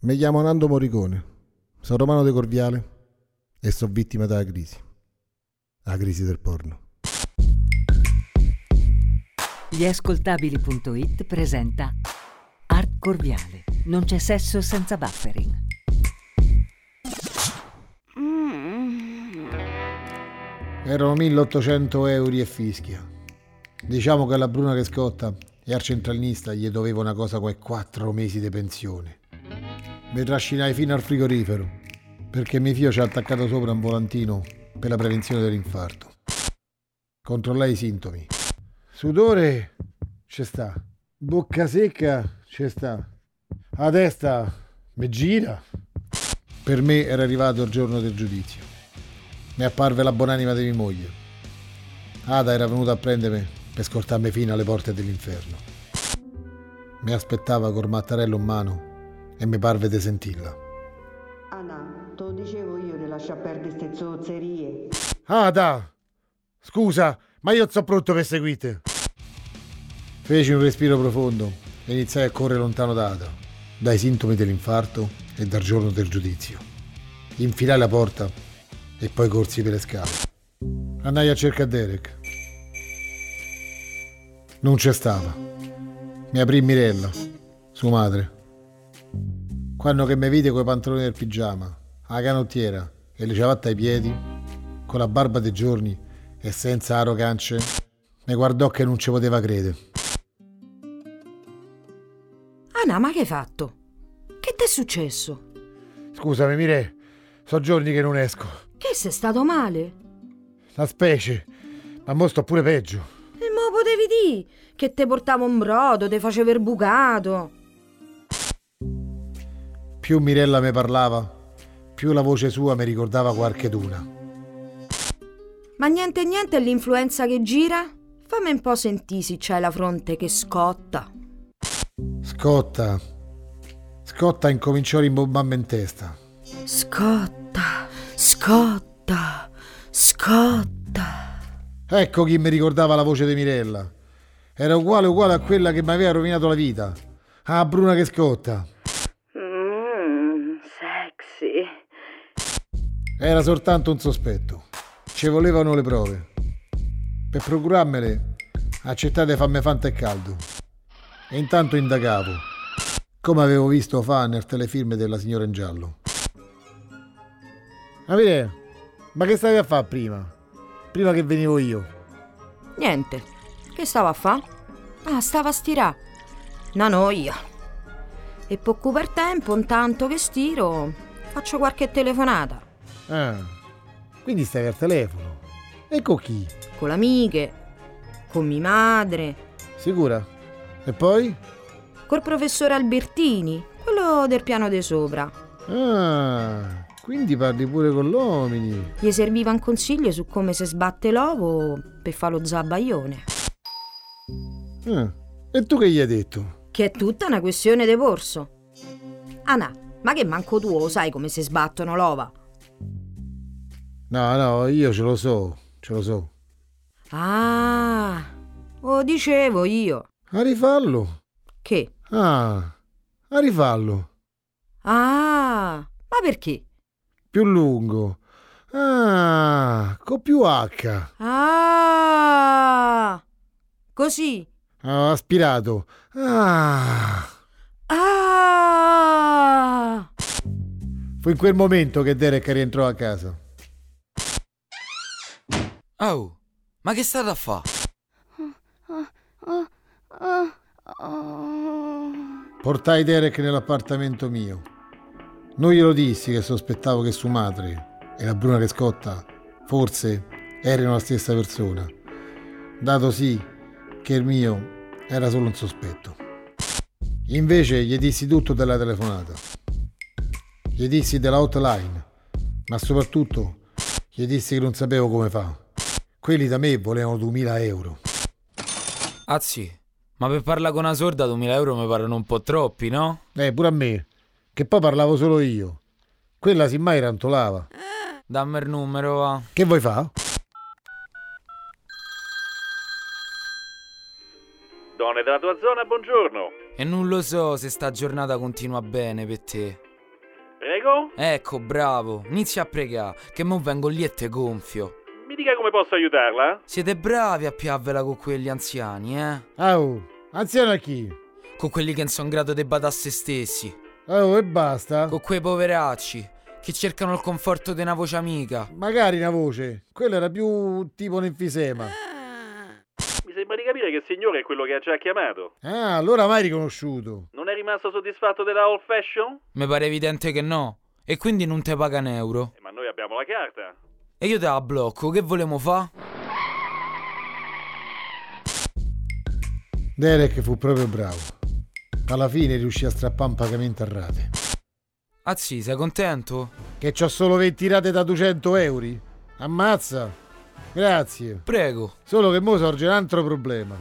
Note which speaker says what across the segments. Speaker 1: Mi chiamo Nando Morricone, sono romano di Corviale e sono vittima della crisi. La crisi del porno.
Speaker 2: Gliascoltabili.it presenta Art Corviale. Non c'è sesso senza buffering.
Speaker 1: Erano 1800 euro e fischia. Diciamo che alla Bruna che scotta e al centralinista gli doveva una cosa come 4 mesi di pensione. Mi trascinai fino al frigorifero perché mio figlio ci ha attaccato sopra un volantino per la prevenzione dell'infarto. Controllai i sintomi. Sudore c'è sta, bocca secca c'è sta, la testa mi gira. Per me era arrivato il giorno del giudizio. Mi apparve la buonanima di mia moglie. Ada era venuta a prendermi per scortarmi fino alle porte dell'inferno. Mi aspettava col mattarello in mano e mi parve di sentirla.
Speaker 3: Anna, te lo dicevo io di lasciar perdere queste zozzerie.
Speaker 1: Ada! Ah, Scusa, ma io sono pronto per seguite. Feci un respiro profondo e iniziai a correre lontano da Ada, dai sintomi dell'infarto e dal giorno del giudizio. Infilai la porta e poi corsi per le scale. Andai a cercare Derek. Non c'è stava. Mi aprì Mirella, sua madre. Quando che mi vide coi pantaloni del pigiama, la canottiera e le ciabatte ai piedi, con la barba dei giorni e senza arrogance, mi guardò che non ci poteva credere.
Speaker 4: Anna, Ah ma che hai fatto? Che ti è successo?
Speaker 1: Scusami, Mire, so giorni che non esco.
Speaker 4: Che sei stato male?
Speaker 1: La specie, ma mo sto pure peggio.
Speaker 4: E mo potevi dire che te portavo un brodo, te facevo il bucato.
Speaker 1: Più Mirella mi parlava, più la voce sua mi ricordava qualcheduna.
Speaker 4: Ma niente niente è l'influenza che gira? Fammi un po' sentire se c'hai la fronte che scotta.
Speaker 1: Scotta. Scotta incominciò a rimbombarmi in testa.
Speaker 4: Scotta, scotta, scotta.
Speaker 1: Ecco chi mi ricordava la voce di Mirella. Era uguale uguale a quella che mi aveva rovinato la vita. Ah, Bruna che scotta.
Speaker 3: Mmm, sexy.
Speaker 1: Era soltanto un sospetto. Ci volevano le prove. Per procurarmele, accettate famme fanta e caldo. E intanto indagavo, come avevo visto fa nel telefilm della signora in giallo. Amire, ma che stavi a fare prima? Prima che venivo io.
Speaker 4: Niente. Che stava a fa? Ah, stava a stirà. Una noia. E per occupare tempo, intanto che stiro, faccio qualche telefonata.
Speaker 1: Ah, quindi stavi al telefono. Ecco chi?
Speaker 4: Con le amiche, con mia madre,
Speaker 1: Sicura? E poi?
Speaker 4: col professore Albertini, quello del piano di sopra.
Speaker 1: Ah, quindi parli pure con l'uomini.
Speaker 4: Gli serviva un consiglio su come si sbatte l'ovo per fare lo zabaione.
Speaker 1: Ah, e tu che gli hai detto?
Speaker 4: Che è tutta una questione di corso. Anna, ma che manco tu lo sai come si sbattono l'ova?
Speaker 1: No, no, io ce lo so, ce lo so.
Speaker 4: Ah, lo dicevo io.
Speaker 1: A rifallo.
Speaker 4: Che?
Speaker 1: Ah, a rifallo.
Speaker 4: Ah, ma perché?
Speaker 1: Più lungo. Ah, con più H.
Speaker 4: Ah, così.
Speaker 1: Ah, aspirato. Ah.
Speaker 4: Ah,
Speaker 1: Fu in quel momento che Derek rientrò a casa.
Speaker 5: Oh, ma che state a fa?
Speaker 1: Portai Derek nell'appartamento mio. Non glielo dissi che sospettavo che sua madre e la Bruna che scotta forse erano la stessa persona, dato sì che il mio era solo un sospetto. Invece gli dissi tutto della telefonata. Gli dissi della hotline, ma soprattutto gli dissi che non sapevo come fa. Quelli da me volevano 2000 euro.
Speaker 5: Ah sì, ma per parlare con una sorda 2000 euro mi parano un po' troppi, no?
Speaker 1: Eh, pure a me, che poi parlavo solo io. Quella semmai rantolava.
Speaker 5: Dammi il numero, va.
Speaker 1: Che vuoi fa?
Speaker 6: Donne della tua zona, buongiorno.
Speaker 5: E non lo so se sta giornata continua bene per te.
Speaker 6: prego?
Speaker 5: Ecco, bravo, inizia a pregare, che mo vengo lì e te gonfio.
Speaker 6: Mi dica come posso aiutarla?
Speaker 5: Siete bravi a piavvela con quegli anziani, eh?
Speaker 1: Au, anziano a chi?
Speaker 5: Con quelli che non sono in grado di badare a se stessi,
Speaker 1: Oh, e basta.
Speaker 5: con quei poveracci che cercano il conforto di una voce amica.
Speaker 1: Magari una voce. Quella era più tipo un enfisema.
Speaker 6: Mi sembra di capire che il signore è quello che ha già chiamato.
Speaker 1: Ah, allora mai riconosciuto.
Speaker 6: Non è rimasto soddisfatto della old fashion?
Speaker 5: Mi pare evidente che no, e quindi non te paga un euro.
Speaker 6: Eh, ma noi abbiamo la carta.
Speaker 5: E io te la blocco, che volemo fa?
Speaker 1: Derek fu proprio bravo. Alla fine riuscì a strappare un pagamento a rate.
Speaker 5: Azzi, sei contento?
Speaker 1: Che c'ho solo 20 rate da 200 euro? Ammazza. Grazie.
Speaker 5: Prego,
Speaker 1: Solo che mo sorge un altro problema.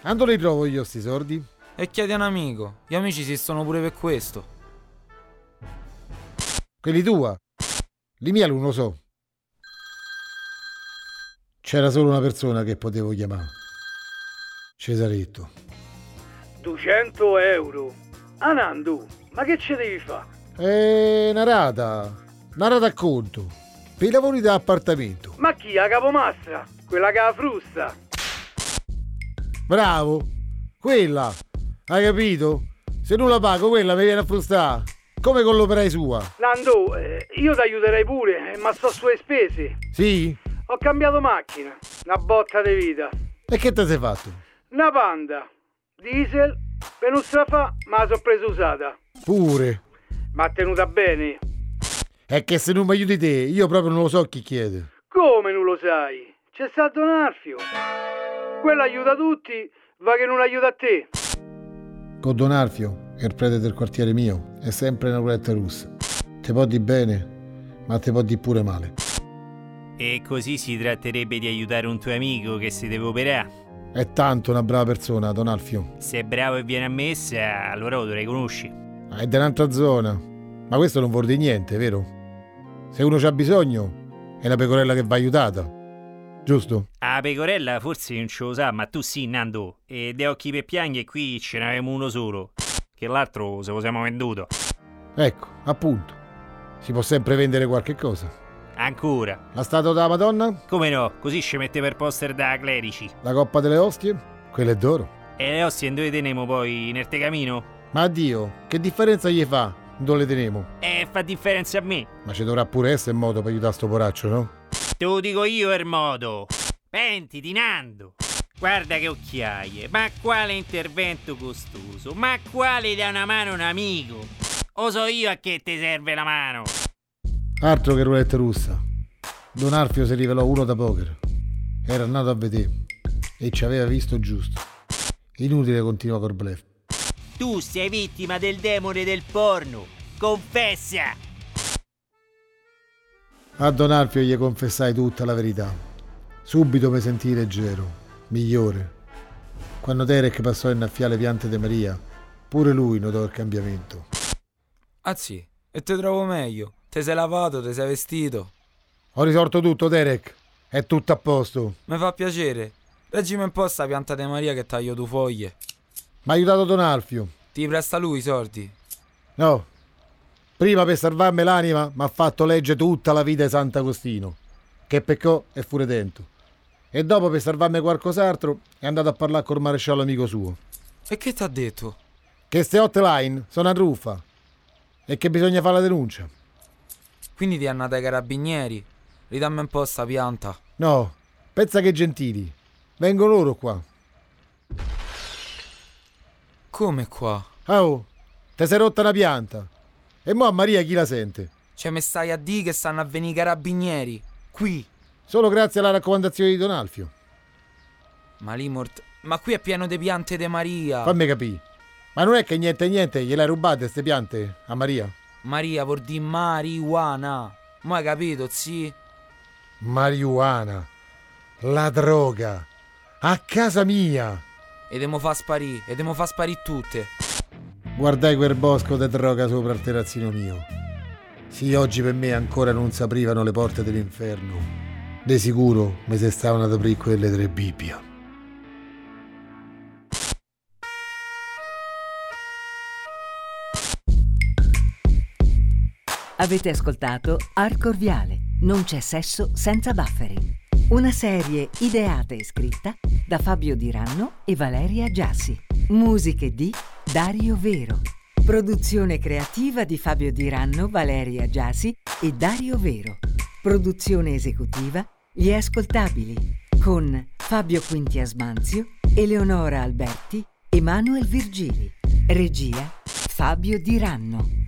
Speaker 1: Quando li trovo io sti sordi?
Speaker 5: e chiedi a un amico. Gli amici si sono pure per questo.
Speaker 1: Quelli tua? Li mia l'uno so. C'era solo una persona che potevo chiamare. Cesaretto.
Speaker 7: 200 euro. Anandu, ma che ci devi fare?
Speaker 1: E una rata. Una rata a conto. Per i lavori da appartamento.
Speaker 7: Ma chi? La capomastra? Quella che ha la frusta?
Speaker 1: Bravo! Quella! Hai capito? Se non la pago quella mi viene a frustare. Come con l'operai sua.
Speaker 7: Nando, eh, io ti aiuterei pure, eh, ma so sulle spese.
Speaker 1: Sì?
Speaker 7: Ho cambiato macchina, una botta di vita,
Speaker 1: E che te sei fatto?
Speaker 7: una panda, diesel, venuta fa, ma la so presa usata.
Speaker 1: Pure.
Speaker 7: Ma ha tenuta bene.
Speaker 1: È che se non mi aiuti te, io proprio non lo so chi chiede.
Speaker 7: Come non lo sai? C'è stato un arfio. Quello aiuta tutti, va che non aiuta a te.
Speaker 1: Con Don Alfio, che è il prete del quartiere mio, è sempre una roulette russa. Te può di bene, ma te può di pure male.
Speaker 8: E così si tratterebbe di aiutare un tuo amico che si deve operare.
Speaker 1: È tanto una brava persona, Don Alfio.
Speaker 8: Se è bravo e viene a messa, allora lo riconosci.
Speaker 1: È da un'altra zona. Ma questo non vuol dire niente, vero? Se uno c'ha bisogno, è la pecorella che va aiutata. Giusto?
Speaker 8: A pecorella forse non ce lo sa, ma tu sì, Nando. E de occhi per pianghe qui ce n'avevamo uno solo. Che l'altro se lo siamo venduto.
Speaker 1: Ecco, appunto. Si può sempre vendere qualche cosa.
Speaker 8: Ancora.
Speaker 1: La statua della Madonna?
Speaker 8: Come no? Così ci mette per poster da clerici.
Speaker 1: La coppa delle ostie? Quella è d'oro.
Speaker 8: E le ostie in dove teniamo poi? Nel tecamino?
Speaker 1: Ma addio, che differenza gli fa? Non le teniamo.
Speaker 8: Eh, fa differenza a me.
Speaker 1: Ma ci dovrà pure essere modo per aiutare sto poraccio, no?
Speaker 8: Te lo dico io, Ermodo. Pentiti, Nando. Guarda che occhiaie, ma quale intervento costoso, ma quale da una mano un amico. O so io a che ti serve la mano.
Speaker 1: Altro che roulette russa. Don Alfio si rivelò uno da poker. Era andato a vedere e ci aveva visto giusto. Inutile continua col blef.
Speaker 8: Tu sei vittima del demone del porno. Confessa!
Speaker 1: A Don Alfio gli confessai tutta la verità. Subito mi sentii leggero, migliore. Quando Derek passò a innaffiare le piante di Maria, pure lui notò il cambiamento.
Speaker 5: Azzi, e te trovo meglio. Te sei lavato, te sei vestito.
Speaker 1: Ho risolto tutto, Derek. È tutto a posto.
Speaker 5: Mi fa piacere. Reggimi un po' sta pianta di Maria che taglio due foglie.
Speaker 1: Mi ha aiutato Don Alfio.
Speaker 5: Ti presta lui i soldi?
Speaker 1: No. Prima per salvarmi l'anima mi ha fatto leggere tutta la vita di Sant'Agostino, che peccò e fu redento. E dopo per salvarmi qualcos'altro è andato a parlare col maresciallo amico suo.
Speaker 5: E che t'ha detto?
Speaker 1: Che ste hotline sono una truffa e che bisogna fare la denuncia.
Speaker 5: Quindi ti hanno dai carabinieri. Ridammi un po' sta pianta.
Speaker 1: No, pensa che gentili. Vengono loro qua.
Speaker 5: Come qua?
Speaker 1: Oh, te sei rotta una pianta. E mo a Maria chi la sente?
Speaker 5: Cioè, mi stai a dire che stanno a venire i carabinieri? Qui!
Speaker 1: Solo grazie alla raccomandazione di Don Alfio.
Speaker 5: Ma lì mort- Ma qui è pieno di piante di Maria.
Speaker 1: Fammi capire. Ma non è che niente niente gliel'hai rubate ste piante a Maria?
Speaker 5: Maria vuol dire marijuana. Ma hai capito, sì?
Speaker 1: Marijuana. La droga. A casa mia.
Speaker 5: E devo fa sparì, e devo fa sparì tutte.
Speaker 1: Guardai quel bosco di droga sopra il terrazzino mio. Sì, oggi per me ancora non si aprivano le porte dell'inferno. De sicuro mi se stavano ad aprire quelle tre Bibbia.
Speaker 2: Avete ascoltato Art Corviale, non c'è sesso senza buffering. Una serie ideata e scritta da Fabio Diranno e Valeria Giassi. Musiche di Dario Vero. Produzione creativa di Fabio Diranno, Valeria Giassi e Dario Vero. Produzione esecutiva Gli Ascoltabili con Fabio Quintiasmanzio, Eleonora Alberti, Emanuel Virgili. Regia Fabio Diranno.